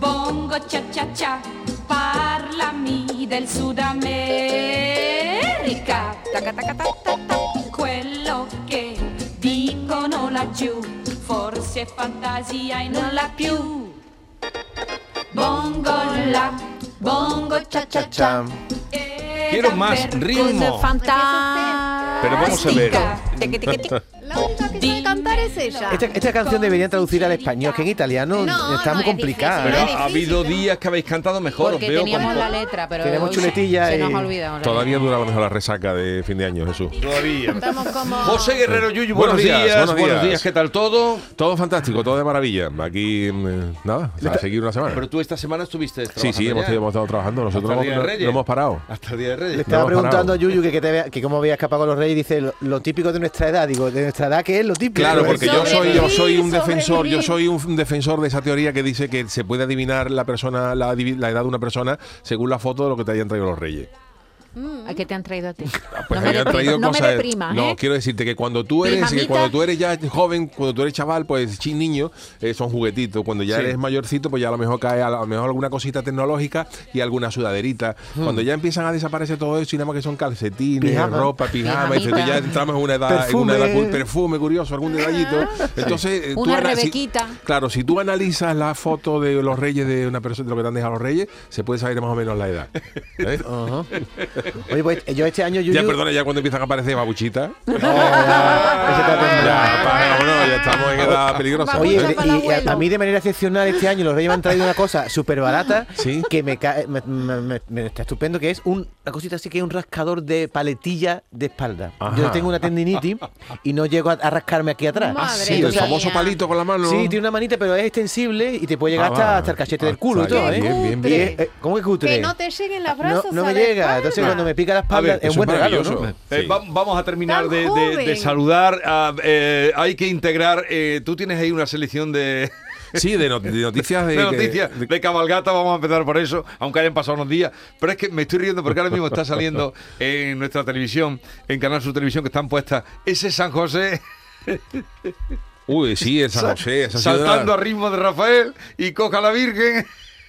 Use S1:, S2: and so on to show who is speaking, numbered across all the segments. S1: Bongo cha cha cha, parlami del Sud America. Taca, taca, ta, ta, ta. Quello che dicono laggiù, forse è fantasia e non l'ha più. Bongo la, bongo cha cha cha. Era
S2: Quiero más
S1: per
S2: ritmo.
S3: Fantástica.
S2: Pero vamos a ver.
S3: La única que sabe cantar es ella.
S4: Esta, esta canción deberían traducirla al español, que en italiano
S3: No,
S4: está
S3: no,
S4: muy
S3: es
S4: complicada.
S2: Pero
S3: difícil,
S4: ¿eh?
S3: no
S2: ha habido días que habéis cantado mejor.
S5: Porque
S2: os veo
S5: teníamos
S2: con-
S5: la letra, pero
S4: Tenemos
S5: hoy
S4: chuletilla
S5: se
S4: y-
S5: nos ha olvidado. la
S6: Todavía dura a lo mejor la resaca de fin de año, Jesús.
S2: Todavía.
S3: Estamos como.
S2: José Guerrero Yuyu, buenos,
S6: Buenos días,
S2: días,
S6: buenos
S2: buenos
S6: días.
S2: días, ¿qué tal todo?
S6: Todo fantástico, todo de maravilla. Aquí, mm, nada, a seguir una semana.
S2: Pero tú esta semana estuviste
S6: Sí, sí,
S2: trabajando
S6: hemos,
S2: ya.
S6: hemos estado trabajando. Nosotros
S2: Hasta
S6: no,
S2: el Día de
S6: no-
S2: Reyes.
S6: no hemos parado.
S2: Hasta el Día de
S3: ¿eh?
S4: Le
S2: Reyes.
S4: estaba
S6: No,
S4: preguntando
S6: parado.
S4: a Yuyu que, que, te vea- que cómo había escapado con los reyes, dice lo, lo típico de nuestra edad. Digo, de nuestra edad, ¿qué es lo típico?
S6: Claro,
S4: Pues,
S6: porque yo soy, yo soy un
S3: Sobrevivir,
S6: defensor, yo
S3: sobrevivir.
S6: soy un defensor de esa teoría que dice que se puede adivinar la persona, la, adivi- la edad de una persona según la foto de lo que te hayan traído los reyes.
S5: letra. ¿A qué te han traído a ti?
S6: Pues
S5: no me
S6: hayan
S5: deprimas,
S6: traído
S5: no me
S6: cosas.
S5: deprimas,
S6: no,
S5: ¿eh?
S6: quiero decirte que cuando tú eres, que
S5: Pijamita.
S6: cuando tú eres ya joven, cuando tú eres chaval, pues chin niño, eh, son juguetitos. Cuando ya eres mayorcito, pues ya a lo mejor cae a lo mejor alguna cosita tecnológica y alguna sudaderita. Cuando ya empiezan a desaparecer todo eso, y nada más que son calcetines,
S4: Hmm. Pijama.
S6: ropa, pijama,
S5: Pijamita.
S6: y dices, tú ya entramos en una edad,
S4: Perfume.
S6: en una edad cul- perfume curioso, algún detallito. Entonces, eh,
S5: Ah, Una
S6: ana- si-
S5: rebequita.
S6: claro, si tú analizas la foto de los reyes de una persona, de lo que te han dejado los reyes, se puede saber más o menos la edad. ¿Eh?
S4: Ajá. Oye, pues yo este año, Yuyu. Oh,
S6: Ya, perdona, ya cuando empiezan a aparecer babuchitas.
S4: No, ya, ese está temblando.
S6: Ya, para, Ah, bueno, ya estamos en edad peligrosa.
S4: Oye,
S3: Babucha para el
S4: y a,
S3: abuelo.
S4: a mí de manera excepcional este año los reyes me han traído una cosa súper barata
S6: Sí.
S4: que me, cae- me- me- me- me está estupendo, que es un- una cosita así que es un rascador de paletilla de espalda.
S6: Ajá.
S4: Yo tengo una tendinitis y no llego a, a rascarme aquí atrás.
S3: Madre
S6: sí, el
S3: mía.
S6: famoso palito con la mano.
S4: Sí, tiene una manita, pero es extensible y te puede llegar
S6: Ah,
S4: hasta,
S6: va.
S4: hasta el cachete del
S6: Hasta
S4: culo y
S6: ahí,
S4: todo, ¿eh?
S6: bien, bien,
S4: Y
S3: Cutre.
S6: bien.
S4: es- eh, ¿Cómo que cutre? Ah,
S3: Que no te lleguen los
S4: No,
S3: brazos.
S4: no
S3: a
S4: me
S3: la
S4: llega.
S3: espalda.
S4: Entonces, cuando me pica la espalda,
S2: ver,
S4: es un
S6: eso
S4: buen
S6: es
S4: regalo, ¿no?
S6: maravilloso.
S2: Eh,
S6: Sí.
S2: va- vamos a terminar
S3: Tan
S2: de, de-
S3: joven.
S2: de saludar. a- eh, hay que integrar. eh, tú tienes ahí una selección de,
S6: Sí, de, no- de noticias de,
S2: de noticias
S6: que-
S2: de, cabalgata. Vamos a empezar por eso, aunque hayan pasado unos días. Pero es que me estoy riendo porque ahora mismo está saliendo en nuestra televisión, en Canal Sur Televisión, que están puestas ese San José
S6: Uy, sí, el San José. esa ha sido
S2: saltando
S6: una-
S2: a ritmo de Rafael y coja a la Virgen.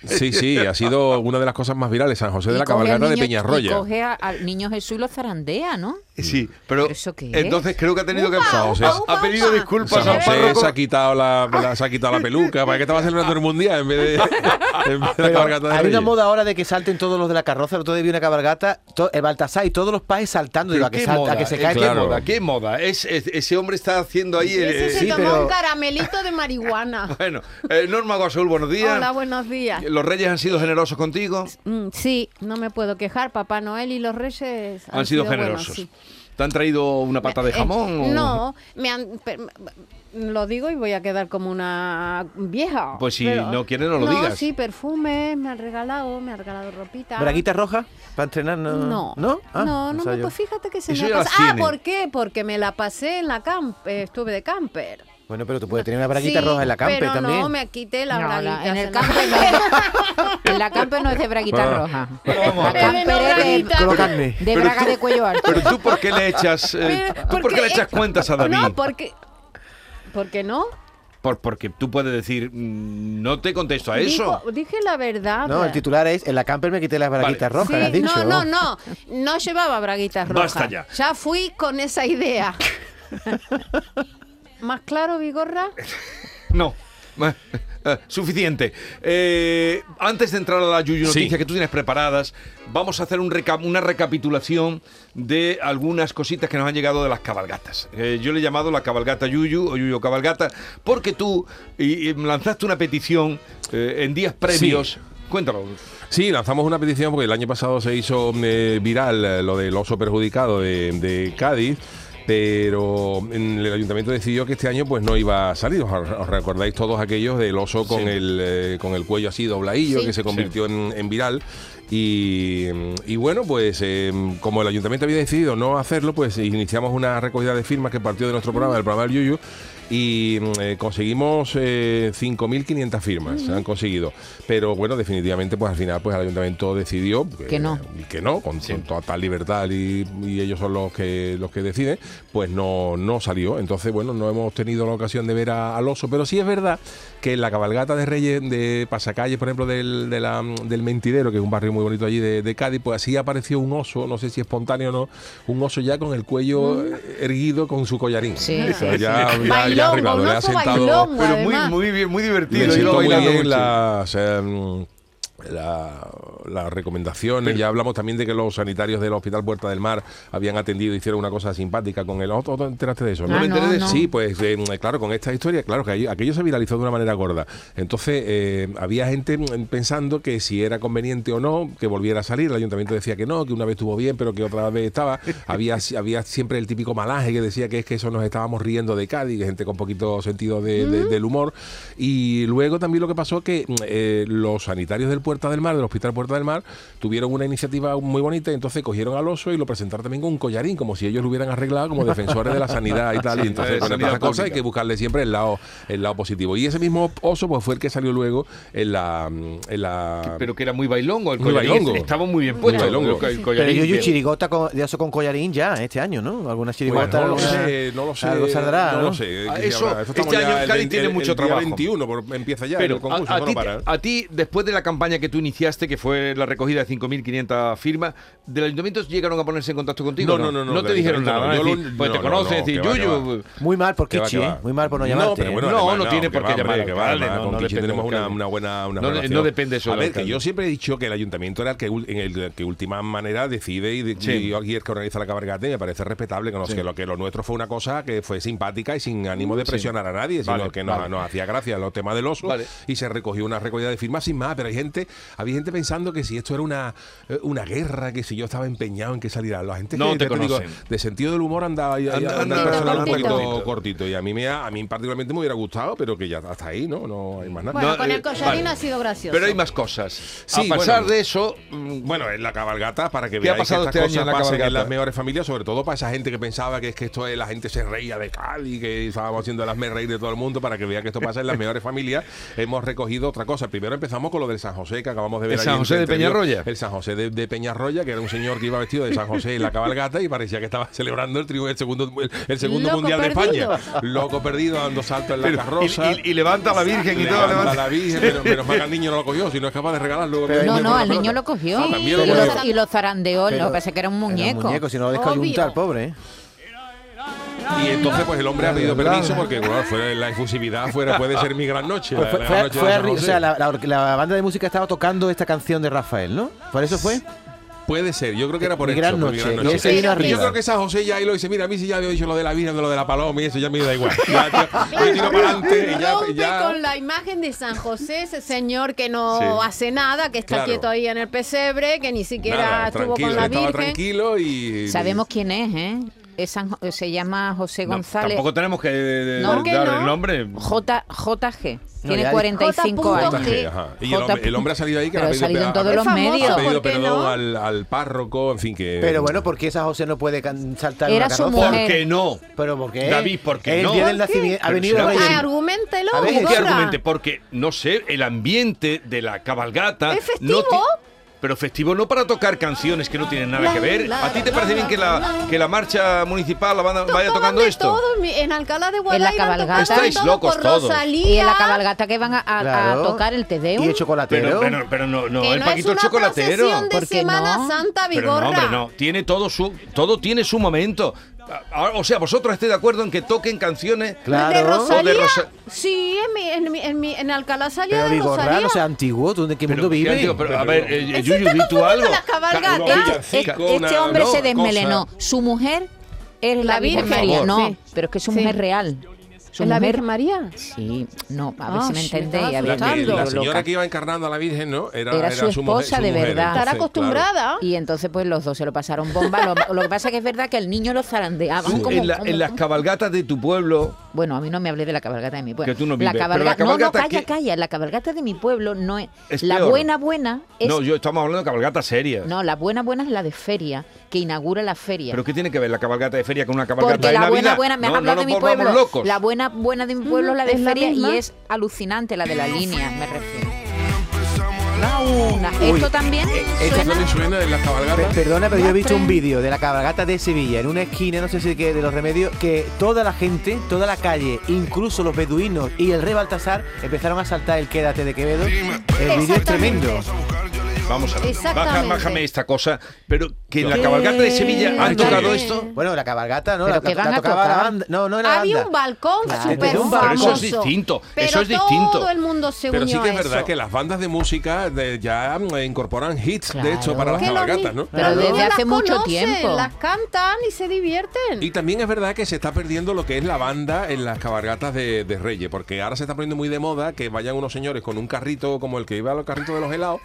S6: Sí, sí, ha sido una de las cosas más virales. San José de
S5: Y
S6: la
S5: coge al
S6: cabalgata de
S5: niño- Y
S6: Peñarroya.
S5: coge a- al niño Jesús y lo zarandea, ¿no?
S2: Sí, pero
S5: ¿Eso qué es?
S2: entonces creo que ha tenido que.
S3: Upa,
S2: ha-
S6: upa,
S2: ha,
S3: upa,
S2: pedido
S3: upa.
S2: disculpas
S6: San
S2: al
S6: José
S2: párroco.
S6: se ha quitado la, la- se ha quitado la peluca. ¿Para qué estaba celebrando el mundial en vez de, en vez de la
S4: Pero
S6: cabalgata de
S4: hay una
S6: Reyes?
S4: moda ahora de que salten todos los de la carroza. El otro día vi una cabalgata, to- el Baltasar y todos los pajes saltando. Digo,
S2: Pero
S4: a que,
S2: qué
S4: salta,
S2: moda,
S4: a que se
S2: eh,
S4: cae.
S2: qué
S6: claro.
S2: moda, qué moda. Es- es- ese hombre está haciendo ahí.
S3: Y
S2: el-
S3: ese se
S4: Sí,
S3: tomó
S4: pero-
S3: un caramelito de marihuana.
S2: Bueno, eh, Norma Guasul, buenos días.
S3: Hola, buenos días.
S2: Los reyes han sido generosos contigo,
S3: Mm, sí, no me puedo quejar. Papá Noel y los Reyes
S2: han, sido,
S3: buenos,
S2: generosos.
S3: sí.
S2: ¿Te han traído una pata de
S3: Eh,
S2: jamón? o-
S3: No, me han. per- mm, Lo digo y voy a quedar como una vieja.
S2: Pues si
S3: pero-
S2: no quieres, no lo digas.
S3: sí, perfume, me han regalado, me han regalado ropita.
S4: ¿Braguita roja? ¿Para entrenar? No.
S3: No,
S4: ¿No? Ah,
S3: no, no, me-
S4: sabía yo.
S3: pues fíjate que se
S2: Eso
S3: me
S2: ya
S3: ha
S2: las
S3: pasado. Ah,
S2: tiene.
S3: ¿por qué? Porque me la pasé en la camp, eh, estuve de camper.
S4: Bueno, pero tú puedes tener una braguita
S3: Sí,
S4: roja en la camper
S3: pero
S4: también.
S3: No, me quité la
S5: No, la-
S3: braguita.
S5: en el
S3: se
S5: camper
S3: la-
S5: no, en la camper no es de braguita
S6: Ah.
S5: roja.
S2: Pero vamos a
S5: La
S2: ver.
S5: camper es
S3: Braguita.
S5: de,
S4: Con la carne.
S5: de braga de cuello alto.
S2: Pero tú, ¿por qué le echas, eh,
S3: Pero-
S2: tú por qué le echas cuentas a David?
S3: No, porque. ¿Por qué no?
S2: Por- porque tú puedes decir, mm, no te contesto a eso.
S3: Dijo- dije la verdad.
S4: No, el titular es en la camper me quité las braguitas
S2: Vale.
S4: rojas,
S3: Sí,
S4: ¿le has dicho?
S3: No, no, no. No llevaba braguitas rojas.
S2: Basta ya.
S3: Ya fui con esa idea. ¿Más claro, Vigorra?
S2: No. Eh, Suficiente. Eh, antes de entrar a la Yuyu
S6: Sí.
S2: Noticias que tú tienes preparadas, vamos a hacer un reca- una recapitulación de algunas cositas que nos han llegado de las cabalgatas. Eh, yo le he llamado la cabalgata Yuyu o Yuyu cabalgata porque tú y- y lanzaste una petición eh, en días previos. Cuéntalo.
S6: Sí, lanzamos una petición porque el año pasado se hizo eh, viral eh, lo del oso perjudicado de, de Cádiz. Pero mm, el ayuntamiento decidió que este año pues no iba a salir. Os, os recordáis todos aquellos del oso con,
S2: Sí.
S6: el, eh, con el cuello así dobladillo
S3: Sí.
S6: que se convirtió en, en viral. Y, mm, y bueno, pues eh, como el ayuntamiento había decidido no hacerlo, pues iniciamos una recogida de firmas que partió de nuestro programa, del programa del Yuyu. y mm, eh, conseguimos eh, 5.500 firmas, se han conseguido. Pero bueno, definitivamente, pues al final, pues el ayuntamiento decidió eh,
S5: Que no.
S6: que no, con, con toda tal libertad y, y ellos son los que los que deciden, pues no, no salió. Entonces, bueno, no hemos tenido la ocasión de ver a- al oso, pero sí es verdad que en la cabalgata de Reyes de Pasacalles, por ejemplo, del, de la- del Mentidero, que es un barrio muy bonito allí de, de Cádiz, pues así apareció un oso, no sé si espontáneo o no, un oso ya con el cuello erguido con su collarín.
S5: Mm. Sí.
S6: O sea, ya, ya- ya
S5: Bailongo,
S6: arribado,
S5: un
S6: le ha
S5: oso
S6: sentado-
S5: bailongo,
S2: Pero muy,
S5: además.
S2: muy bien, muy
S6: me
S2: divertido. y
S6: sentó
S2: lo
S6: muy
S2: bailamos
S6: bien
S2: mucho.
S6: las, em, la- las recomendaciones. ya hablamos también de que los sanitarios del Hospital Puerta del Mar habían atendido, hicieron una cosa simpática con el otro. ¿Te enteraste de eso?
S5: Ah, no, no.
S6: Sí, pues em, claro, con esta historia, claro, que aquello- aquello se viralizó de una manera gorda. Entonces, eh, había gente mm, pensando que si era conveniente o no que volviera a salir. El ayuntamiento decía que no, que una vez estuvo bien, pero que otra vez estaba. había, había siempre el típico malaje que decía que es que eso nos estábamos riendo de Cádiz, gente con poquito sentido de- de- del humor. Y luego también lo que pasó que mm, eh, los sanitarios del Puerta del Mar, del Hospital Puerta del Mar, tuvieron una iniciativa muy bonita, entonces cogieron al oso y lo presentaron también con un collarín, como si ellos lo hubieran arreglado como defensores de la sanidad y tal. Y entonces,
S2: de
S6: con
S2: sanidad
S6: estas cosas hay
S2: pública.
S6: que buscarle siempre el lado, el lado positivo. Y ese mismo oso pues, fue el que salió luego en la. mm, En la
S2: Pero que era muy bailongo el
S6: Muy
S2: collarín.
S6: bailongo.
S2: Estaba muy bien puesto.
S6: bailongo.
S2: el co- el
S4: Pero
S2: collarín
S4: yo, yo
S2: bien.
S4: chirigota con- de oso con collarín ya este año, ¿no? Alguna chirigota.
S6: no lo
S4: alguna-
S6: sé, no lo sé.
S4: Algo saldrá,
S6: no,
S4: ¿no?
S6: lo sé.
S2: Ah,
S6: que
S2: eso,
S6: habrá.
S2: este
S6: estamos ya
S2: año en
S6: el
S2: Cádiz
S6: 20
S2: tiene
S6: el
S2: mucho
S6: día
S2: trabajo.
S6: 21, por- empieza ya
S2: Pero
S6: el concurso.
S2: a, a
S6: eso no
S2: ti,
S6: para.
S2: a ti, después de la campaña que tú iniciaste, que fue la recogida de 5.500 firmas, ¿del ayuntamiento llegaron a ponerse en contacto contigo?
S6: No, no, no, no,
S2: No te
S6: del
S2: dijeron
S6: ayuntamiento
S2: nada.
S6: no.
S2: ¿no?
S6: Yo
S2: Es decir,
S6: lo-
S2: pues
S6: no,
S2: te
S6: no,
S2: conoces,
S6: no,
S2: es decir,
S6: que va, que
S2: Yuyu. pues,
S4: Muy mal por
S6: Que va,
S4: Kichi,
S6: que
S4: ¿eh?
S6: va.
S4: Muy mal por no
S6: No,
S4: llamarte.
S6: pero
S4: ¿eh?
S6: bueno,
S2: No,
S6: además,
S2: no tiene por qué
S6: que va,
S2: llamar
S6: hombre,
S2: al
S6: que va,
S2: alcalde,
S6: además,
S2: no,
S6: con
S2: no
S6: Kichi
S2: depende
S6: tenemos
S2: del
S6: una,
S2: alcalde.
S6: una buena una
S2: No,
S6: relación.
S2: no depende eso
S6: A
S2: del
S6: ver, que
S2: alcalde.
S6: yo siempre he dicho que el ayuntamiento era el que, ul- en el, que última manera decide y, de-
S2: Sí.
S6: y- y el que organiza la cabalgata y me parece respetable que, no, que, lo, que lo nuestro fue una cosa que fue simpática y sin ánimo de presionar a nadie, sino
S2: Vale,
S6: que nos,
S2: vale.
S6: nos hacía gracia los temas del oso
S2: Vale.
S6: y se recogió una recogida de firmas sin más, pero hay gente, había gente pensando que si esto era una, eh, una guerra, que si yo estaba empeñado en que saliera la gente
S2: No
S6: que,
S2: te
S6: ya digo,
S2: conocen.
S6: de sentido del humor andaba ahí- ahí-
S2: Anda-
S6: anda el
S2: anda
S6: personal un
S5: cortito.
S6: poquito cortito y a mí me ha- a mí particularmente me hubiera gustado, pero que ya hasta ahí, ¿no? No hay más nada.
S3: Bueno,
S2: No,
S3: con
S2: eh,
S3: el collarín
S2: vale.
S3: ha sido gracioso.
S2: Pero hay más cosas.
S6: Sí,
S2: a pesar
S6: bueno.
S2: de eso, mm,
S6: Bueno, en la cabalgata, para que
S2: ¿Qué ha
S6: veáis
S2: pasado
S6: que
S2: este
S6: estas
S2: año en
S6: cosas
S2: la
S6: pasan en
S2: cabalgata?
S6: las mejores familias, sobre todo para esa gente que pensaba que es que esto es, la gente se reía de Cádiz, que estábamos haciendo las me reír de todo el mundo, para que vea que esto pasa en las mejores familias, hemos recogido otra cosa. Primero empezamos con lo del San José, que acabamos de ver.
S2: ¿El
S6: ahí
S2: San
S6: en
S2: José de
S6: entrevista.
S2: Peñarroya?
S6: El San José de, de Peñarroya, que era un señor que iba vestido de San José en la cabalgata y parecía que estaba celebrando el, triunfo, el segundo, el, el segundo
S3: Loco
S6: mundial
S3: perdido.
S6: de España. Loco perdido, dando salto en la
S2: pero-
S6: carroza.
S2: y, y- y levanta a la Virgen y todo.
S6: Levanta
S2: levanta-
S6: la Virgen, pero menos mal que al niño no lo cogió, si no es capaz de regalarlo.
S5: No, no, al niño lo cogió.
S6: Ah,
S5: y,
S6: también lo cogió.
S5: lo, y lo zarandeó,
S4: Pero-
S5: no, pensé que era un
S4: Era
S5: muñeco.
S4: muñeco, si no lo descoyuntar,
S3: Obvio.
S4: pobre. ¿eh?
S6: Y entonces pues el hombre ha pedido permiso porque bueno, fue la efusividad fuera puede ser mi gran noche.
S4: Pues Fue,
S6: la- la
S4: fue-
S6: gran noche de
S4: fue
S6: San
S4: arri- o
S6: José.
S4: sea, la, la or- la banda de música estaba tocando esta canción de Rafael, ¿no? ¿Por eso fue?
S6: Puede ser, yo creo que era por
S4: Mi
S6: eso.
S4: gran
S6: por
S4: noche, y ese
S6: Y
S4: vino
S6: Yo
S4: arriba.
S6: creo que esa José ya ahí lo dice, mira, a mí si ya había dicho lo de la Virgen, de lo de la paloma y eso ya me da igual. Ya, ya, yo tiro para adelante y ya...
S3: Rompe
S6: ya-
S3: con la imagen de San José, ese señor que no
S2: Sí.
S3: hace nada, que está
S6: Claro.
S3: quieto ahí en el pesebre, que ni siquiera
S6: nada,
S3: estuvo
S6: tranquilo,
S3: con la
S6: estaba
S3: Virgen.
S6: tranquilo y...
S5: Sabemos quién es, ¿eh? Es San Jo- se llama José
S2: No,
S5: González.
S2: tampoco tenemos que eh,
S5: No,
S3: que
S2: dar
S3: no.
S2: el nombre.
S5: J, JG.
S4: No,
S5: Tiene
S4: ya-
S5: 45
S3: J.
S5: años.
S6: J.G., ajá. Y el
S5: J.
S6: hombre, el hombre ha salido ahí que
S5: Pero
S6: le
S5: ha
S6: ha pedido,
S5: salido en
S6: ha-
S5: todos los
S3: Es famoso
S5: medios.
S6: ha pedido
S3: ¿Por qué
S6: perdón
S3: no?
S6: al, al párroco, en fin, que...
S4: Pero bueno, ¿por qué esa José no puede can- saltar en
S5: Era
S4: una
S5: su
S4: carroza?
S2: ¿Por
S5: mujer.
S2: qué no?
S4: ¿Pero por qué?
S2: David, ¿por qué
S4: Es
S2: no?
S4: El día del
S3: ¿Por qué?
S4: nacimiento. Ha
S2: Pero
S4: venido
S2: será
S4: el-
S3: Pues
S2: Oye,
S3: argumentelo,
S4: a ver,
S2: ¿Por qué
S4: Gorra.
S3: Gorra.
S2: argumente? Porque, no sé, el ambiente de la cabalgata.
S3: ¿Es festivo?
S2: no ti- pero festivo no para tocar canciones que no tienen nada que ver. ¿A ti te parece bien que la, que la marcha municipal la banda- vaya
S3: Tocaban
S2: tocando
S3: de
S2: esto?
S3: todo en mi- en Alcalá de Guadaira.
S5: cabalgata.
S3: tocaban
S2: Estáis
S3: todo
S2: locos
S3: por
S2: todos.
S3: Rosalía.
S5: Y en la cabalgata que van a, a- a
S4: Claro.
S5: tocar el Tedeo.
S4: Y el chocolatero.
S2: Pero, pero- pero no, no,
S3: Que
S2: el
S3: no
S2: Paquito
S3: es una
S2: Chocolatero.
S3: procesión de
S5: ¿Por qué
S3: Semana
S5: no?
S3: Santa,
S2: Pero no,
S3: Vigorra.
S2: hombre, no. Tiene todo su, todo tiene su momento. Ah, O sea, vosotros estáis de acuerdo en que toquen canciones.
S4: Claro.
S3: ¿De Rosalía?
S2: O de Rosa-
S3: Sí, en, mi, en, mi- en, mi- en Alcalá salió
S4: Pero
S3: de
S4: digo,
S3: Rosalía.
S4: raro, o sea, antiguo, ¿tú en qué
S2: Pero,
S4: mundo
S2: ¿qué
S4: vives?
S2: digo? Pero, a ver, eh,
S3: Ese
S2: Yuyu,
S3: está
S2: di tú
S3: confundiendo
S2: algo.
S3: las cabalgatas.
S2: Ca-
S5: Este- este,
S6: Una villancica, una-
S5: hombre
S6: no,
S5: se desmelenó.
S6: cosa.
S5: Su mujer es la,
S3: La
S5: Virgen
S3: Virgen.
S5: María.
S3: Por
S5: No,
S3: favor. Sí.
S5: pero es que su
S3: Sí.
S5: mujer real. Su
S3: ¿En la
S5: mujer- Ah,
S3: Virgen María?
S5: Sí, no, a ver
S3: Ah,
S5: si me
S3: sí, me
S5: entendéis.
S3: estaba
S5: a
S6: La,
S5: ver,
S6: que- la
S5: loca.
S6: señora que iba encarnando a la Virgen, ¿no? Era,
S5: Era su
S6: mujer-
S5: esposa de
S6: mujer,
S5: verdad.
S6: entonces,
S3: Estar
S6: claro.
S3: acostumbrada.
S5: Y entonces, pues los dos se lo pasaron bomba. Lo, lo que pasa que es verdad que el niño lo zarandeaban
S2: Tú,
S5: como.
S2: en, la-
S5: como-
S2: en las cabalgatas de tu pueblo,
S5: Bueno, a mí no me hablé de la cabalgata de mi pueblo.
S2: Que tú no
S5: la
S2: vives, pero
S5: cabalga-
S2: la cabalgata
S5: no, no, calla,
S2: que-
S5: calla. La cabalgata de mi pueblo no es.
S2: Es
S5: la
S2: peor.
S5: buena, buena es.
S2: No, yo estamos hablando de cabalgata seria.
S5: No, la buena, buena es la de feria, que inaugura la feria.
S2: ¿Pero qué tiene que ver la cabalgata de feria con una cabalgata
S5: Porque
S2: de
S5: la
S2: Navidad?
S5: buena, buena, me
S2: no,
S5: has hablado
S2: no
S5: de mi
S2: nos volvamos
S5: pueblo.
S2: locos.
S5: La buena, buena de mi pueblo es la de
S3: ¿Es la
S5: feria
S3: misma?
S5: y es alucinante la de la línea, me refiero.
S2: eh,
S5: Una- Esto también
S6: Esto
S5: suena. Este
S6: también suena de las
S4: Pe-
S6: cabalgatas.
S4: Perdona, pero yo he visto un vídeo de la cabalgata de Sevilla en una esquina, no sé si que de los remedios, que toda la gente, toda la calle, incluso los beduinos y el rey Baltasar, empezaron a saltar el quédate de Quevedo. El vídeo es
S3: Exactamente.
S4: tremendo.
S2: Vamos a ver. Baja,
S3: Exactamente.
S2: bájame esta cosa. Pero que en la cabalgata de Sevilla han
S4: ¿Qué?
S2: tocado esto.
S4: Bueno, la cabalgata, ¿no?
S5: Pero
S4: La,
S5: que
S4: la-
S5: van
S4: la
S5: a
S4: tocaba la
S5: tocar.
S4: banda. No, no era la
S3: Había
S4: banda.
S3: un balcón
S4: Claro.
S3: súper
S4: Pero un
S2: Pero
S3: famoso.
S2: eso es distinto.
S3: Pero
S2: eso es
S3: todo
S2: distinto.
S3: el mundo se
S6: Pero sí
S3: unió
S6: que
S3: a
S6: es verdad
S3: eso.
S6: que las bandas de música de- ya mm, incorporan hits,
S5: Claro.
S6: de hecho, para las
S3: Que los
S6: cabalgatas,
S3: ni-
S6: ¿no?
S5: Pero desde
S3: niños
S5: hace
S3: las
S5: mucho
S3: conocen,
S5: tiempo.
S3: Las cantan y se divierten.
S6: Y también es verdad que se está perdiendo lo que es la banda en las cabalgatas de, de Reyes, porque ahora se está poniendo muy de moda que vayan unos señores con un carrito como el que iba a los carritos de los helados,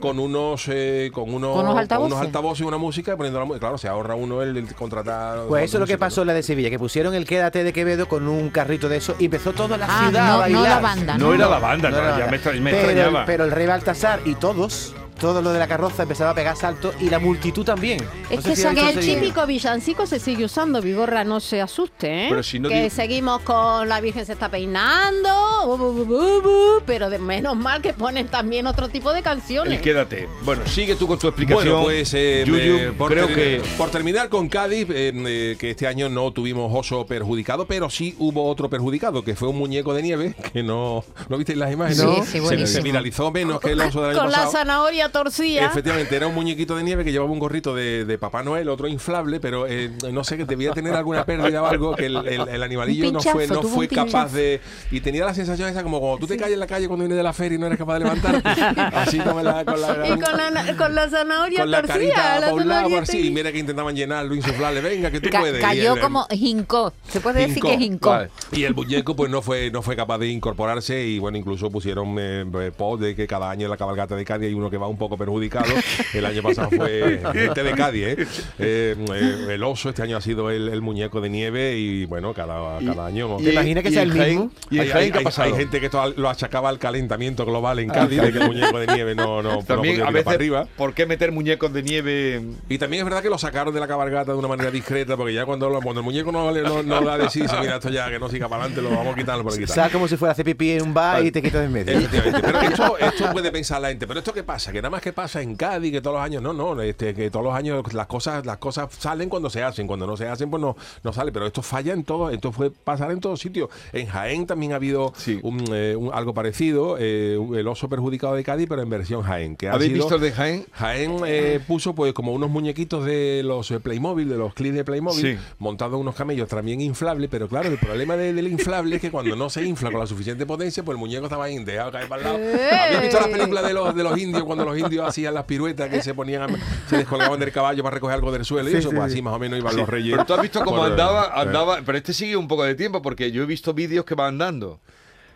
S6: con unos eh, con unos,
S5: Con unos altavoces.
S6: altavoces y una música, y poniendo la música. Claro, se ahorra uno el, el contratar.
S4: Pues eso es lo que
S6: música,
S4: pasó en la de Sevilla, que pusieron el quédate de Quevedo con un carrito de eso y empezó toda la
S5: Ah,
S4: ciudad a
S5: no,
S4: bailar.
S5: no la banda.
S2: No era la banda,
S4: No
S2: no,
S4: era
S2: ya
S4: nada.
S2: me, extra- me
S4: pero,
S2: extrañaba.
S4: pero el rey Baltasar y todos, todos los de la carroza empezaron a pegar saltos y la multitud también.
S5: Es
S4: No sé
S5: que
S4: si lo
S5: esa-
S4: ha
S5: que
S4: hecho
S3: El
S4: Sevilla.
S3: típico villancico se sigue usando, Vigorra, no se asuste, ¿eh?
S2: Pero si no
S3: que
S2: di-
S3: seguimos con la Virgen se está peinando, bu, bu, bu, bu, bu, pero de menos mal que ponen también otro tipo de canciones.
S2: El quédate. Bueno, sigue tú con tu explicación.
S6: Bueno, pues eh,
S2: Yuyu,
S6: eh, por,
S2: creo
S6: ter-
S2: que
S6: por terminar con Cádiz, eh, eh, que este año no tuvimos oso perjudicado, pero sí hubo otro perjudicado, que fue un muñeco de nieve, que no... ¿No visteis las imágenes?
S5: Sí,
S6: No.
S5: sí,
S6: Se- se,
S5: buenísimo.
S6: viralizó menos que el oso del año
S3: con la
S6: pasado.
S3: zanahoria torcida.
S6: Efectivamente, era un muñequito de nieve que llevaba un gorrito de, de Papá Noel, otro inflable, pero eh, no sé, que debía tener alguna pérdida o algo, que el, el- el animalillo
S5: Un
S6: no fue,
S5: pinchazo,
S6: no
S5: tuvo
S6: fue
S5: un pinchazo.
S6: capaz de... Y tenía la sensación esa como cuando tú te caes en la calle cuando vienes de la feria y no eres capaz de levantarte. así como la... Con la,
S3: Y con la, con la zanahoria
S6: con la
S3: torcida.
S6: carita
S3: la
S6: para un lado,
S3: zanahoria
S6: así, y
S3: torcida.
S6: mira que intentaban llenarlo, insuflarle, venga, que tú
S5: Ca-
S6: puedes. Y
S5: cayó
S6: el-
S5: como jincó. Se puede decir que jincó.
S6: vale. Y el muñeco pues no fue no fue capaz de incorporarse y bueno, incluso pusieron eh, eh, post de que cada año en la cabalgata de Cádiz hay uno que va un poco perjudicado. El año pasado fue gente de Cádiz, ¿eh? Eh, eh, el oso, este año ha sido el, el muñeco de nieve y bueno, cada, cada año... hemos-
S4: ¿Te imaginas que sea
S2: en
S4: el
S2: Jaén-
S4: mismo?
S2: ¿Y en
S6: hay,
S2: Jaén
S6: hay-
S2: qué ha
S6: hay-
S2: pasado? Ah,
S6: hay gente que esto al- lo achacaba al calentamiento global en Cádiz, de que el muñeco de nieve no, no, no
S2: También a
S6: podía tirar
S2: veces,
S6: para arriba.
S2: ¿por qué meter muñecos de nieve?
S6: Y también es verdad que lo sacaron de la cabalgata de una manera discreta, porque ya cuando, lo- cuando el muñeco no, no, no da de sí, dice, mira, esto ya que no siga para adelante, lo vamos a quitar, lo vamos a quitar.
S4: Sal como si fuera a hacer pipí en un bar y te quitas de en medio.
S6: Efectivamente. Pero esto, esto puede pensar la gente. Pero esto qué pasa, que nada más que pasa en Cádiz, que todos los años, no, no, este, que todos los años las cosas, las cosas salen cuando se hacen, cuando no se hacen, pues no, no sale. Pero esto falla en todo, esto fue pasar en todos sitios. En Jaén también ha habido
S2: Sí.
S6: un, eh, un- algo parecido, eh, un- el oso perjudicado de Cádiz, pero en versión Jaén. Que ha
S2: ¿Habéis
S6: sido-
S2: visto el de Jaén?
S6: Jaén eh, puso pues como unos muñequitos de los eh, Playmobil, de los clips de Playmobil,
S2: Sí.
S6: montados en unos camellos también inflables, pero claro, el problema de- del inflable es que cuando no se infla con la suficiente potencia, pues el muñeco estaba ahí, dejado caer para el lado. ¿Habéis visto las películas de los, de los indios cuando los indios hacían las piruetas que se ponían, a- se descolgaban del caballo para recoger algo del suelo y eso? pues así más o menos iban los reyes.
S2: Pero tú has visto cómo
S6: Por-
S2: andaba,
S6: eh,
S2: andaba, pero este sigue un poco de tiempo porque yo he visto vídeos que va andando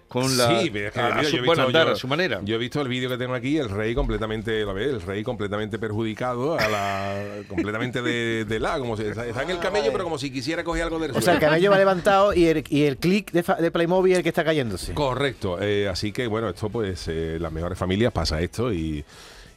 S2: con la
S6: Sí, pero es que,
S2: a, a
S6: mira,
S2: su,
S6: yo he
S2: bueno,
S6: visto-
S2: andar
S6: yo-
S2: a su manera.
S6: Yo he visto el vídeo que tengo aquí, el rey completamente, lo ves, el rey completamente perjudicado, a la, completamente de, de la, como si está, está en el camello, pero como si quisiera coger algo del
S4: Ah, O sea, el
S6: suelo.
S4: camello va levantado y el, y el clic de, fa- de Playmobil es el que está cayéndose.
S6: Correcto, eh, así que bueno, esto pues eh, las mejores familias pasa esto y,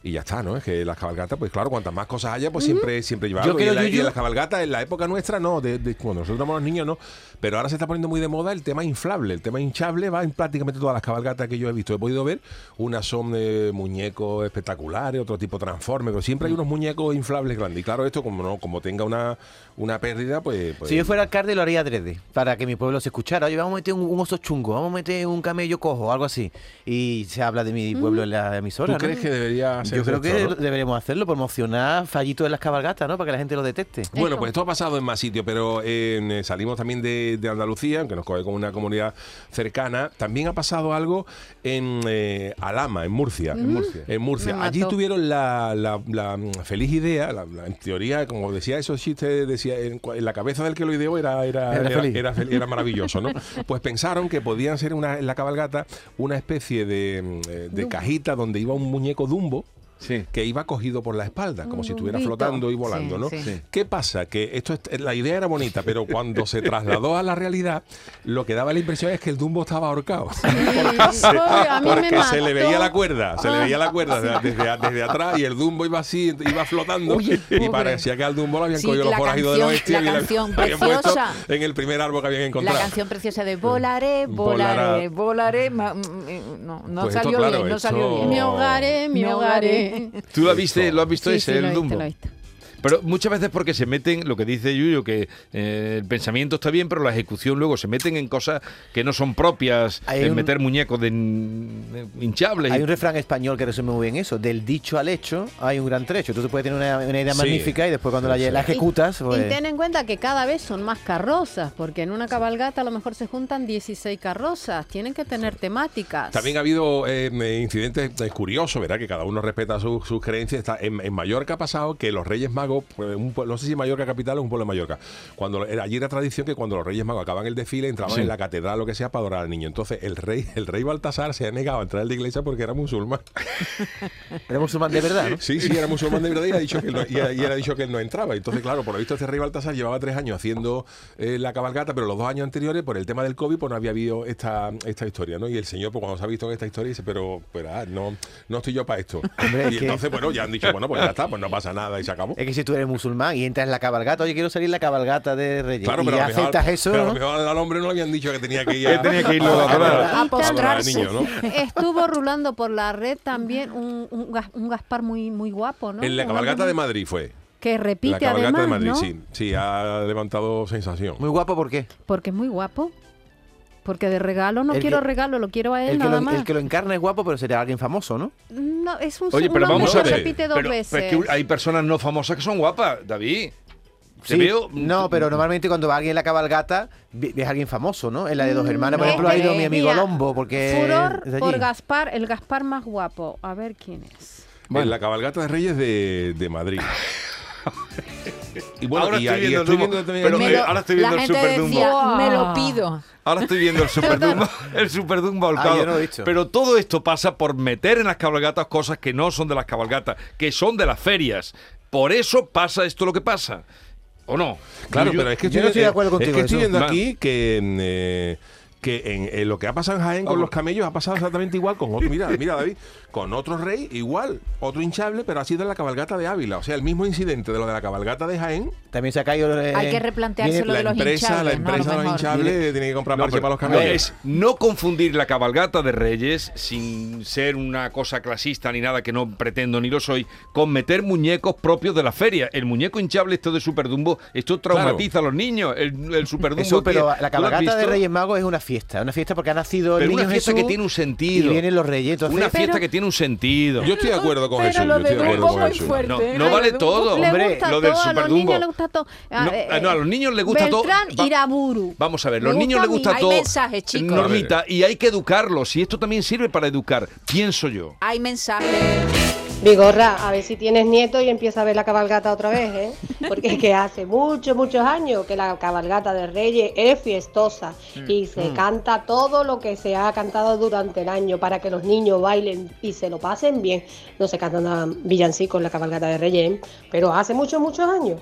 S6: y ya está, ¿no? Es que las cabalgatas, pues claro, cuantas más cosas haya, pues siempre, siempre lleva
S4: Yo
S6: algo. y,
S4: creo,
S6: en la- y
S4: Yuyu-
S6: en las cabalgatas, en la época nuestra, no, de, de- cuando nosotros éramos niños, no. Pero ahora se está poniendo muy de moda el tema inflable. El tema hinchable va en prácticamente todas las cabalgatas que yo he visto. He podido ver, unas son de muñecos espectaculares, otro tipo transforme, pero siempre hay
S4: Mm.
S6: unos muñecos inflables grandes. Y claro, esto como no, como tenga una, una pérdida, pues, pues
S4: Si yo fuera alcalde lo haría adrede, para que mi pueblo se escuchara. Oye, vamos a meter un, un oso chungo, vamos a meter un camello cojo, algo así. Y se habla de mi pueblo en la emisora.
S6: ¿Tú
S4: ¿no?
S6: crees que debería ser
S4: Yo creo que
S6: esto, no?
S4: deberíamos hacerlo, promocionar fallitos de las cabalgatas, ¿no? Para que la gente lo detecte.
S6: Bueno, pues esto ha pasado en más sitios, pero eh, en, eh, salimos también de, de Andalucía, aunque nos coge como una comunidad cercana. También ha pasado algo en eh, Alama, en Murcia. En Murcia.
S3: Me
S6: Allí
S3: mató.
S6: tuvieron la, la- la, mm, feliz idea, la, la- en teoría, como decía esos chistes, decía, en, cua- en la cabeza del que lo ideó era, era,
S4: Era
S6: era,
S4: feliz.
S6: era fel- era maravilloso, ¿no? Pues pensaron que podían ser una, en la cabalgata una especie de, mm, eh, de cajita donde iba un muñeco Dumbo
S2: Sí.
S6: que iba cogido por la espalda, como
S5: Un
S6: si estuviera
S5: rumbito.
S6: flotando y volando,
S5: Sí,
S6: ¿no?
S5: sí. Sí.
S6: ¿Qué pasa? Que esto es- la idea era bonita, pero cuando se trasladó a la realidad, lo que daba la impresión es que el Dumbo estaba ahorcado.
S3: Ay, a mí me
S6: Porque se le
S3: mató.
S6: veía la cuerda, se le veía
S5: Ah,
S6: la cuerda de- desde, a- desde atrás y el Dumbo iba así, iba flotando
S5: Uy, el
S6: y
S5: pobre.
S6: parecía que al Dumbo lo habían
S5: Sí,
S6: cogido los
S5: la
S6: forajidos del
S5: canción-
S6: oeste
S5: la
S6: y le
S5: canción
S6: habían puesto
S5: preciosa.
S6: en el primer árbol que habían
S5: La
S6: encontrado.
S5: canción preciosa de volaré, volaré, volaré. ma- mm, mm, No, no
S6: Pues esto,
S5: salió
S6: claro,
S5: bien, no
S6: esto-
S5: salió bien.
S3: Me ahogaré, me
S5: Me ahogaré.
S3: ahogaré.
S2: ¿Tú lo viste, lo has visto
S3: Sí,
S2: ese,
S3: sí,
S2: el
S3: lo he visto,
S2: Dumbo?
S3: lo he visto.
S2: Pero muchas veces porque se meten, lo que dice Yuyo, que eh, el pensamiento está bien, pero la ejecución luego se meten en cosas que no son propias,
S4: Hay
S2: en
S4: un-
S2: meter muñecos de hin- hinchables.
S4: Hay un refrán español que resume muy bien eso. Del dicho al hecho hay un gran trecho. Tú te puedes tener una, una idea
S6: Sí.
S4: magnífica y después cuando la,
S6: Sí.
S4: la ejecutas,
S3: Y-
S4: pues-
S3: Y ten en cuenta que cada vez son más carrozas, porque en una cabalgata a lo mejor se juntan 16 carrozas. Tienen que tener temáticas.
S6: También ha habido eh, eh, incidentes eh, curiosos, ¿verdad? Que cada uno respeta su- sus creencias. Está, en, en Mallorca ha pasado que los Reyes Magos, pues, un pue- no sé si Mallorca capital o un pueblo de Mallorca, cuando era- allí era tradición que cuando los Reyes Magos acaban el desfile entraban
S2: Sí.
S6: en la catedral lo que sea para adorar al niño. Entonces el rey, el rey Baltasar se ha negado a entrar a la iglesia porque era musulmán.
S4: Era musulmán de verdad. ¿no?
S6: Sí, sí, era musulmán de verdad y, ha dicho que él no, y ha- y él ha dicho que él no entraba. Entonces, claro, por lo visto, este rey Baltasar llevaba tres años haciendo eh, la cabalgata, pero los dos años anteriores, por el tema del COVID, pues no había habido esta, esta historia, ¿no? Y el señor, pues cuando se ha visto en esta historia, dice, pero, pero ah, no, no estoy yo para esto.
S4: Hombre, es
S6: y
S4: que- Eh,
S6: entonces, bueno, ya han dicho, bueno, pues ya está, pues no pasa nada y se acabó.
S4: Es que si tú eres musulmán y entras en la cabalgata, oye, quiero salir en la cabalgata de Reyes.
S6: Claro,
S4: y
S6: pero a lo mejor-
S4: aceptas eso.
S6: pero a lo
S4: ¿no?
S6: mejor al hombre no le habían dicho que tenía que ir a,
S2: Que tenía que irlo a adorar.
S3: A
S6: adorar al
S5: postrarse.
S6: niño, ¿no?
S3: Estuvo rulando por la red también un, un Gas- un Gaspar muy, muy guapo, ¿no?
S6: En la
S3: Un
S6: cabalgata
S3: hombre
S6: de Madrid fue.
S3: Que repite
S6: la cabalgata
S3: además,
S6: de Madrid,
S3: ¿no?
S6: sí. Sí, ha levantado sensación.
S4: Muy guapo, ¿por qué?
S3: Porque es muy guapo. Porque de regalo no
S4: El que-
S3: quiero regalo, lo quiero a él
S4: El que,
S3: nada
S4: lo,
S3: más.
S4: el que lo encarna es guapo, pero será alguien famoso, ¿no?
S3: No, es un,
S2: Oye,
S3: un
S2: pero
S3: hombre
S2: vamos
S3: que
S2: a ver.
S3: repite dos
S2: pero,
S3: veces.
S2: pero es que hay personas no famosas que son guapas, David. Te
S4: Sí.
S2: veo-
S4: No, pero normalmente cuando va alguien en la cabalgata, vi- ves a alguien famoso, ¿no? En la de dos hermanas, por
S3: Mm, No,
S4: ejemplo, ha ido mi
S3: mira,
S4: amigo Lombo, porque. es de
S3: Furor
S4: allí.
S3: por Gaspar, el Gaspar más guapo. A ver quién es.
S6: En la cabalgata de Reyes de, de Madrid. y
S2: ahora
S6: y-
S2: estoy
S6: y
S2: viendo el
S6: estoy
S2: Dumbo,
S6: viendo también-
S2: pero
S5: Me
S2: eh,
S5: lo-
S2: ahora estoy viendo
S5: la
S2: el
S5: gente
S2: Super
S5: decía,
S2: Dumbo.
S5: me lo pido.
S2: Ahora estoy viendo el Super Dumbo, el Super Dumbo ahorcado.
S4: Ah, yo no lo he visto.
S2: Pero todo esto pasa por meter en las cabalgatas cosas que no son de las cabalgatas, que son de las ferias. Por eso pasa esto lo que pasa. ¿O no?
S6: Claro,
S2: Yo-
S6: pero es que
S4: yo no estoy de acuerdo
S6: es que
S4: contigo, Jesús.
S6: estoy viendo
S2: Claro.
S6: aquí que, en, eh, que en, eh, lo que ha pasado en Jaén con los camellos ha pasado exactamente igual con otro. Mira, mira, David, con otro rey, igual, otro hinchable, pero ha sido en la cabalgata de Ávila. O sea, el mismo incidente de lo de la cabalgata de Jaén.
S4: También se ha caído. eh,
S5: Hay que replantearse lo
S6: la
S5: de los
S6: empresa, la
S5: hinchables, ¿no? A lo
S6: empresa de los
S5: mejor.
S6: hinchables tiene que comprar
S2: No,
S6: parche
S2: pero-
S6: para los camellos.
S2: Es no confundir la cabalgata de Reyes, sin ser una cosa clasista ni nada que no pretendo ni lo soy, con meter muñecos propios de la feria. El muñeco hinchable, esto de Superdumbo, esto traumatiza a los niños. El, el Superdumbo.
S4: Eso,
S2: tío,
S4: pero
S2: ¿tú lo
S4: la
S2: has
S4: cabalgata de
S2: visto?
S4: Reyes Magos es una fiesta, una fiesta porque ha nacido el
S2: Pero
S4: niño
S2: una fiesta
S4: Jesús
S2: que tiene un sentido.
S4: Y vienen los reyes, entonces
S2: una fiesta
S3: Pero-
S2: que tiene un sentido.
S6: Yo estoy de acuerdo con
S5: Pero
S6: Jesús.
S5: lo
S6: yo estoy
S5: de
S6: de acuerdo
S5: Dumbo
S6: con
S5: es
S6: Jesús.
S5: fuerte.
S2: No,
S5: ¿eh?
S2: no
S5: Lo
S2: vale
S5: de Dumbo-
S2: todo.
S3: Le
S4: Hombre,
S3: gusta
S2: lo del
S3: todo, a los
S2: Superdumbo.
S3: niños les gusta todo. Ah,
S2: No,
S3: eh,
S2: ah, no, a los niños les gusta todo.
S3: Beltrán
S2: Va-
S3: Iraburu.
S2: Vamos a ver,
S3: Me
S2: los niños
S3: gusta a
S2: les
S3: mí.
S2: gusta
S5: Hay
S2: todo.
S5: mensajes, eh, chicos.
S2: Normita, y hay que educarlos. Y esto también sirve para educar, pienso yo.
S5: Hay mensajes.
S7: Vigorra, a ver si tienes nieto y empieza a ver la cabalgata otra vez, ¿eh? Porque es que hace muchos, muchos años que la cabalgata de Reyes es fiestosa y se canta todo lo que se ha cantado durante el año para que los niños bailen y se lo pasen bien. No se cantan nada villancicos en la cabalgata de Reyes, ¿eh? pero hace muchos, muchos años.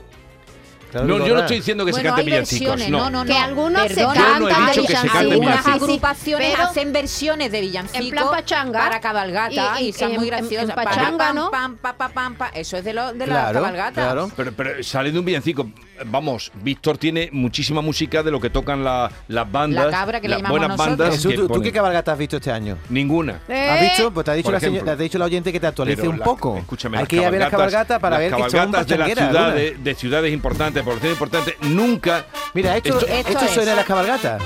S4: Claro, "Ah,
S2: no, yo no
S4: Lola.
S2: estoy diciendo que se
S5: Bueno,
S2: cante
S5: hay
S2: villancicos.
S5: versiones, no, no, no.
S3: Que algunos se
S5: Perdona,
S2: cantan Yo no he dicho que se
S5: villancicos.
S2: canten
S5: Algunas
S2: villancicos.
S5: agrupaciones
S3: Pero-
S5: hacen versiones de villancicos
S3: En plan pachanga.
S5: para cabalgata
S3: Y-
S5: y,
S3: y-
S5: son
S3: en-
S5: muy
S3: en- en
S5: graciosas. Pa,
S3: pachanga,
S5: pam,
S3: ¿no?
S5: pam, pa, pa, pam, pa. Eso es de, lo, de
S4: Claro,
S5: la cabalgata.
S4: claro.
S2: Pero, pero sale de un villancico. Vamos, Víctor tiene muchísima música de lo que tocan la- las bandas.
S5: La cabra que le
S2: las
S5: llamamos
S2: buenas
S5: nosotros.
S2: bandas.
S4: Jesús,
S2: que
S4: ¿tú, tú qué
S2: ponen.
S4: cabalgata has visto este año?
S2: Ninguna.
S4: ¿Has
S3: Eh,
S4: visto? Pues te ha dicho,
S2: Por
S4: la, señora-
S2: ejemplo.
S4: te ha dicho la oyente que te actualice
S2: Pero
S4: un
S2: la-
S4: poco.
S2: Escúchame,
S4: Hay que ir a ver la cabalgata para
S2: las
S4: ver que son
S2: cabalgatas de las
S4: pachangueras, Lola.
S2: ciudades, de ciudades importantes, poblaciones importantes, nunca.
S4: Mira, esto,
S2: Esto-
S4: esto,
S5: esto es.
S4: suena a las cabalgatas.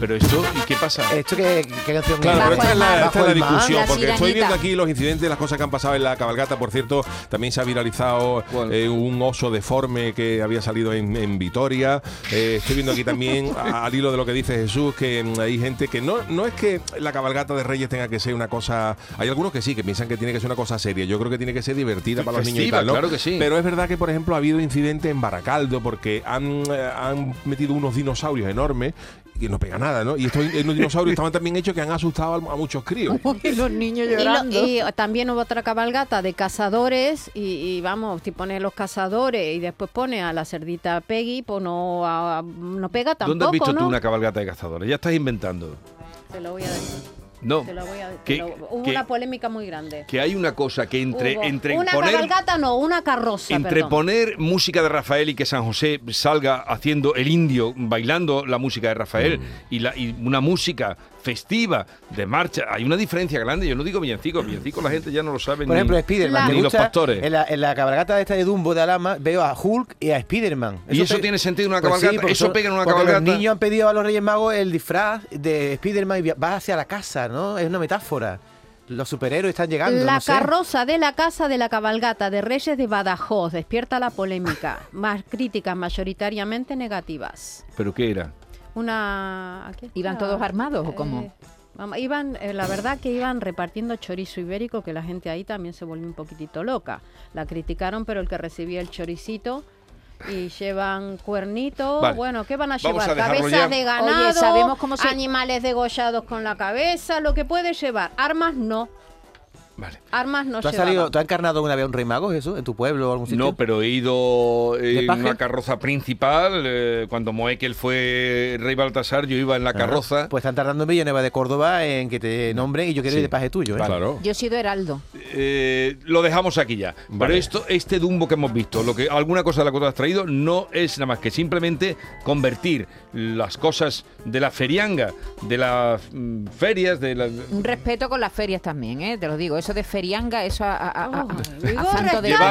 S2: Pero esto, ¿y qué pasa?
S4: ¿Esto qué, qué canción
S6: Claro, pero
S5: Bajo
S6: esta es
S5: el
S6: la,
S5: mar.
S6: esta es
S4: Bajo
S6: la
S4: el mar.
S6: discusión,
S5: La
S6: porque estoy
S5: sirenita.
S6: viendo aquí los incidentes, las cosas que han pasado en la cabalgata. Por cierto, también se ha viralizado
S2: ¿Cuál?
S6: eh, un oso deforme que había salido en, en Vitoria. Eh, estoy viendo aquí también, a- al hilo de lo que dice Jesús, que mm, hay gente que no, no es que la cabalgata de Reyes tenga que ser una cosa. Hay algunos que sí, que piensan que tiene que ser una cosa seria. Yo creo que tiene que ser divertida para los niños y
S2: Festiva,
S6: tal, ¿no?
S2: claro que sí.
S6: Pero es verdad que, por ejemplo, ha habido incidentes en Baracaldo porque han, eh, han metido unos dinosaurios enormes que no pega nada, ¿no? Y estos eh, los dinosaurios estaban tan bien hechos que han asustado a, a muchos críos.
S3: Y los niños
S5: lo-
S3: llorando. Y, también hubo otra cabalgata de cazadores y, y vamos, si pones los cazadores y después pones a la cerdita Peggy, pues no, a- no pega tampoco,
S2: ¿Dónde has visto
S3: ¿no?
S2: tú una cabalgata de cazadores? Ya estás inventando.
S3: Te lo voy a decir.
S2: No.
S3: Te lo voy a decir.
S2: Que-
S3: Hubo
S2: que-
S3: una polémica muy grande.
S2: que hay una cosa que entre,
S3: Hubo
S2: entre
S3: una
S2: poner,
S3: cabalgata no, una carroza,
S2: entre
S3: perdón.
S2: poner música de Rafael y que San José salga haciendo el indio, bailando la música de
S4: Mm.
S2: Rafael y, la, y una música festiva de marcha, hay una diferencia grande. Yo no digo villancicos, villancicos la gente ya no lo sabe.
S4: Por
S2: ni-
S4: ejemplo, Spiderman.
S2: ni
S4: me
S2: los
S4: gusta-
S2: pastores.
S4: En la, en la cabalgata esta de Dumbo de Alama veo a Hulk y a Spiderman.
S2: ¿Y eso tiene sentido en una
S4: Pues sí,
S2: cabalgata?
S4: porque
S2: ¿Eso
S4: son-
S2: pega en una
S4: porque
S2: cabalgata?
S4: Los niños han pedido a los Reyes Magos el disfraz de Spiderman y via- va hacia la casa, ¿no? Es una metáfora. Los superhéroes están llegando.
S3: La
S4: no sé.
S3: carroza de la casa de la cabalgata de Reyes de Badajoz despierta la polémica, más críticas mayoritariamente negativas.
S2: ¿Pero qué era?
S3: Una aquí está.
S5: ¿Iban todos armados o cómo?
S3: vamos, iban, eh, la verdad que iban repartiendo chorizo ibérico, que la gente ahí también se volvió un poquitito loca. La criticaron, pero el que recibía el choricito y llevan cuernito,
S2: Vale.
S3: bueno, ¿qué van a
S2: Vamos a
S3: llevar?
S2: dejarlo
S3: Cabezas
S2: ya.
S3: de ganado,
S5: Oye, sabemos cómo se-
S3: animales degollados con la cabeza, lo que puede llevar. Armas no,
S2: Vale.
S3: armas no
S4: ¿Tú has,
S3: llevaban.
S4: salido, ¿Tú has encarnado una vez a un Rey Mago, eso? ¿En tu pueblo o algún sitio?
S2: No, pero he ido
S4: ¿De
S2: en
S4: paje?
S2: una carroza principal. eh, cuando Moekel fue rey Baltasar, yo iba en la
S4: Ah,
S2: carroza.
S4: Pues están tardando en Villanueva de Córdoba en que te nombren y yo quiero
S2: Sí.
S4: ir de paje tuyo, ¿eh?
S6: Claro.
S5: Yo he sido heraldo.
S2: Eh, lo dejamos aquí ya. Pero
S6: Vale.
S2: esto, este Dumbo que hemos visto, lo que alguna cosa de la que tú has traído, no es nada más que simplemente convertir las cosas de la ferianga, de las mm, ferias, de las.
S5: Un respeto con las ferias también, ¿eh? Te lo digo. Eso de ferianga, eso a, a- a- a-
S3: Oh,
S5: a
S3: digo,
S5: santo
S3: rescate.
S5: de...
S2: Llevarlo
S3: ha
S2: a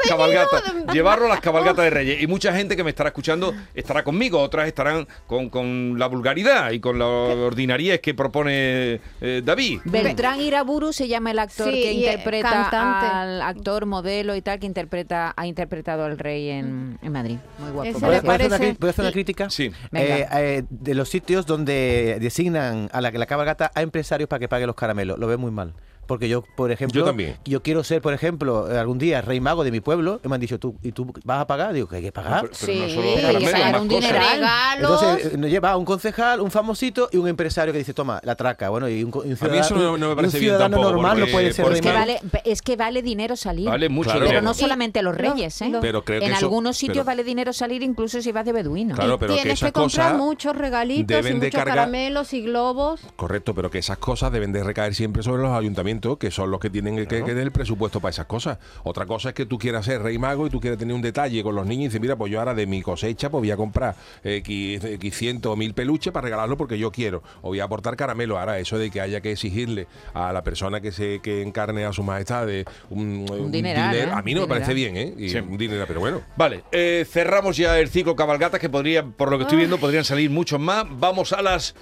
S3: venido
S2: cabalgatas,
S3: de-
S2: llevarlo a las cabalgatas de Reyes. Y mucha gente que me estará escuchando estará conmigo, otras estarán con, con la vulgaridad y con la ordinariez que propone eh, David.
S5: Beltrán Iraburu se llama el actor
S3: Sí,
S5: que
S3: y, eh,
S5: interpreta
S3: cantante.
S5: al actor modelo y tal que interpreta ha interpretado al rey en, en Madrid. Muy guapo.
S3: Ese
S5: por
S3: le
S4: ¿Puedo,
S5: cierto.
S4: puedo hacer una,
S3: parece-
S4: cri- puedo hacer una
S3: y-
S4: crítica?
S2: Sí.
S5: Venga.
S4: Eh, eh, de los sitios donde designan a la, la cabalgata a empresarios para que pague los caramelos. Lo veo muy mal. Porque yo, por ejemplo,
S6: Yo también.
S4: yo quiero ser, por ejemplo, eh, algún día rey mago de mi pueblo. Y me han dicho, ¿tú, ¿y tú vas a pagar? Digo, que hay que
S2: Ah,
S4: pagar.
S2: pero, pero no
S3: Sí,
S2: solo
S3: hay
S2: los
S3: que
S2: caramelos,
S5: pagar
S2: más
S5: un
S2: cosas.
S5: dineral.
S3: Regalos.
S4: Entonces, eh, nos lleva a un concejal, un famosito y un empresario que dice, toma, la traca. Bueno, y un, co- y un
S6: A mí eso
S4: ciudadano,
S6: no- no me
S4: y un
S6: parece bien
S4: ciudadano
S6: tampoco,
S4: normal
S6: porque-
S4: no puede ser
S6: porque
S4: rey
S5: Es que,
S4: mago.
S5: vale, es que vale dinero salir.
S2: Vale mucho
S6: Claro.
S5: pero
S2: dinero.
S5: no solamente los reyes, ¿eh?
S3: los-
S6: Pero creo que
S5: en
S6: eso-
S5: algunos sitios
S6: pero-
S5: vale dinero salir incluso si vas de beduino.
S6: Claro,
S3: Y
S6: pero que
S3: tienes que,
S6: esas
S3: comprar
S6: cosas
S3: muchos regalitos y
S6: deben de
S3: muchos
S6: cargar-
S3: caramelos y globos.
S6: Correcto, pero que esas cosas deben de recaer siempre sobre los ayuntamientos, que son los que tienen que- que, que tener el presupuesto para esas cosas. Otra cosa es que tú quieras ser rey mago y tú quieras tener un detalle con los niños y dices, mira, pues yo ahora de mi cosecha pues voy a comprar X, X ciento o mil peluches para regalarlo porque yo quiero. O voy a aportar caramelo. Ahora eso de que haya que exigirle a la persona que se que encarne a su majestad de un, un
S5: dineral,
S6: diner-
S5: ¿eh?
S6: a mí no me
S5: Dineral.
S6: parece bien, ¿eh? Y
S2: Sí.
S6: Un dinero, pero bueno.
S2: Vale, eh, cerramos ya el ciclo cabalgatas que podría, por lo que estoy viendo, podrían salir muchos más. Vamos a las.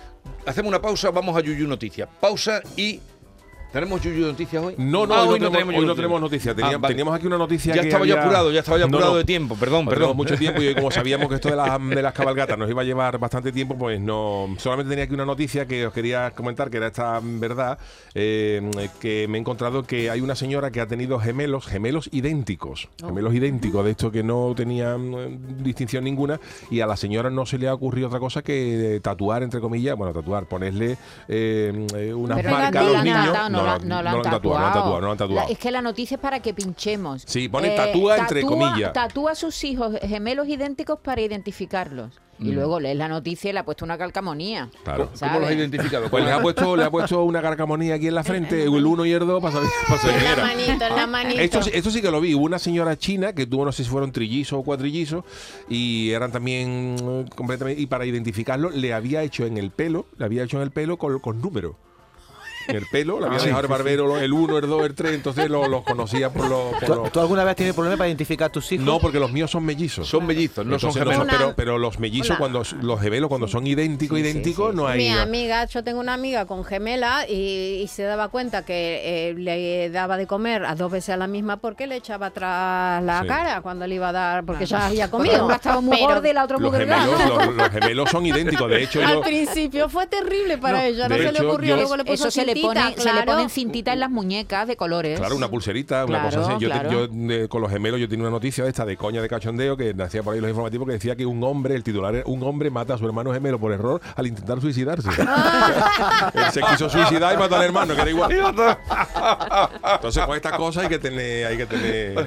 S2: Hacemos una pausa, vamos a Yuyu Noticias. Pausa y. ¿Tenemos Yuyu Noticias hoy?
S6: No, no,
S2: Ah,
S6: hoy, no tenemos, hoy no
S2: Yuyu
S6: tenemos noticias. Teníamos,
S2: Ah, vale.
S6: teníamos aquí una noticia
S2: Ya
S6: que
S2: estaba yo
S6: había-
S2: apurado, ya estaba yo
S6: No,
S2: apurado
S6: no.
S2: de tiempo, perdón,
S6: No
S2: perdón.
S6: tenemos mucho tiempo y como sabíamos que esto de las, de las cabalgatas nos iba a llevar bastante tiempo, pues no. Solamente tenía aquí una noticia que os quería comentar, que era esta verdad, eh, que me he encontrado que hay una señora que ha tenido gemelos, gemelos idénticos,
S5: Oh.
S6: gemelos idénticos, de estos que no tenían eh, distinción ninguna, y a la señora no se le ha ocurrido otra cosa que eh, tatuar, entre comillas, bueno, tatuar, ponerle eh, eh, unas
S5: Pero
S6: marcas a
S5: no lo
S6: los
S5: han
S6: niños.
S5: tratado, no, lo han- no lo han tatuado.
S6: no lo han tatuado, no lo han tatuado.
S5: La- es que la noticia es para que pinchemos. Eh,
S6: Sí, pone tatúa entre comillas.
S5: Tatúa a sus hijos gemelos idénticos para identificarlos.
S6: Mm.
S5: Y luego lees la noticia y le ha puesto una calcamonía.
S6: Claro.
S2: ¿Cómo
S5: ¿sabes?
S2: los has identificado?
S6: Pues le ha puesto, le ha puesto una carcamonía aquí en la frente, el uno y el dos, para saber, para saber quién era.
S3: manito, en la manito.
S6: Esto, sí- esto sí que lo vi. Hubo una señora china que tuvo, no sé si fueron trillizos o cuatrillizos, y eran también eh, completamente. Y para identificarlo, le había hecho en el pelo, le había hecho en el pelo con, con números. En el pelo, le había
S2: Ah,
S6: dejado
S2: sí,
S6: el barbero, lo- el uno, el dos, el tres, entonces lo- los conocía por los. por
S4: ¿Tú,
S6: los-
S4: tú alguna vez has tenido problemas para identificar a tus hijos?
S6: No, porque los míos son mellizos.
S2: Son mellizos, no son
S6: Entonces,
S2: gemelos.
S3: Una-
S6: pero, pero los mellizos,
S3: una-
S6: cuando los gemelos, cuando son idénticos,
S5: Sí, sí,
S6: idénticos,
S5: sí,
S6: no hay.
S3: Mi amiga, yo tengo una amiga con gemela y, y se daba cuenta que eh, le daba de comer a dos veces a la misma porque le echaba atrás la
S6: Sí.
S3: cara cuando le iba a dar, porque ya había
S5: Porque
S3: comido.
S5: Una estaba muy
S3: Pero
S5: gorda y la otra muy
S6: Los
S5: delgada.
S6: gemelos, los, los gemelos son idénticos. De hecho,
S3: Al
S6: yo,
S3: principio fue terrible para
S6: No,
S3: ella, no
S6: de
S3: se le
S6: hecho,
S3: ocurrió,
S6: yo-
S3: luego le
S5: Eso
S3: puso
S5: se le le
S3: cintita,
S5: ponen, se le
S3: claro.
S5: ponen cintita en las muñecas de colores.
S6: Claro, una pulserita, una
S5: Claro,
S6: cosa así. Yo, te-
S5: claro.
S6: yo, eh, con los gemelos yo tenía una noticia de esta de coña de cachondeo que nacía por ahí los informativos que decía que un hombre, el titular, era, un hombre mata a su hermano gemelo por error al intentar suicidarse. Él se quiso suicidar y mató al hermano, que era igual. Entonces con estas cosas hay que tener, hay que tener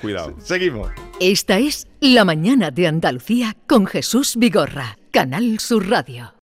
S6: cuidado.
S2: Seguimos.
S8: Esta es La Mañana de Andalucía con Jesús Vigorra, Canal Sur Radio.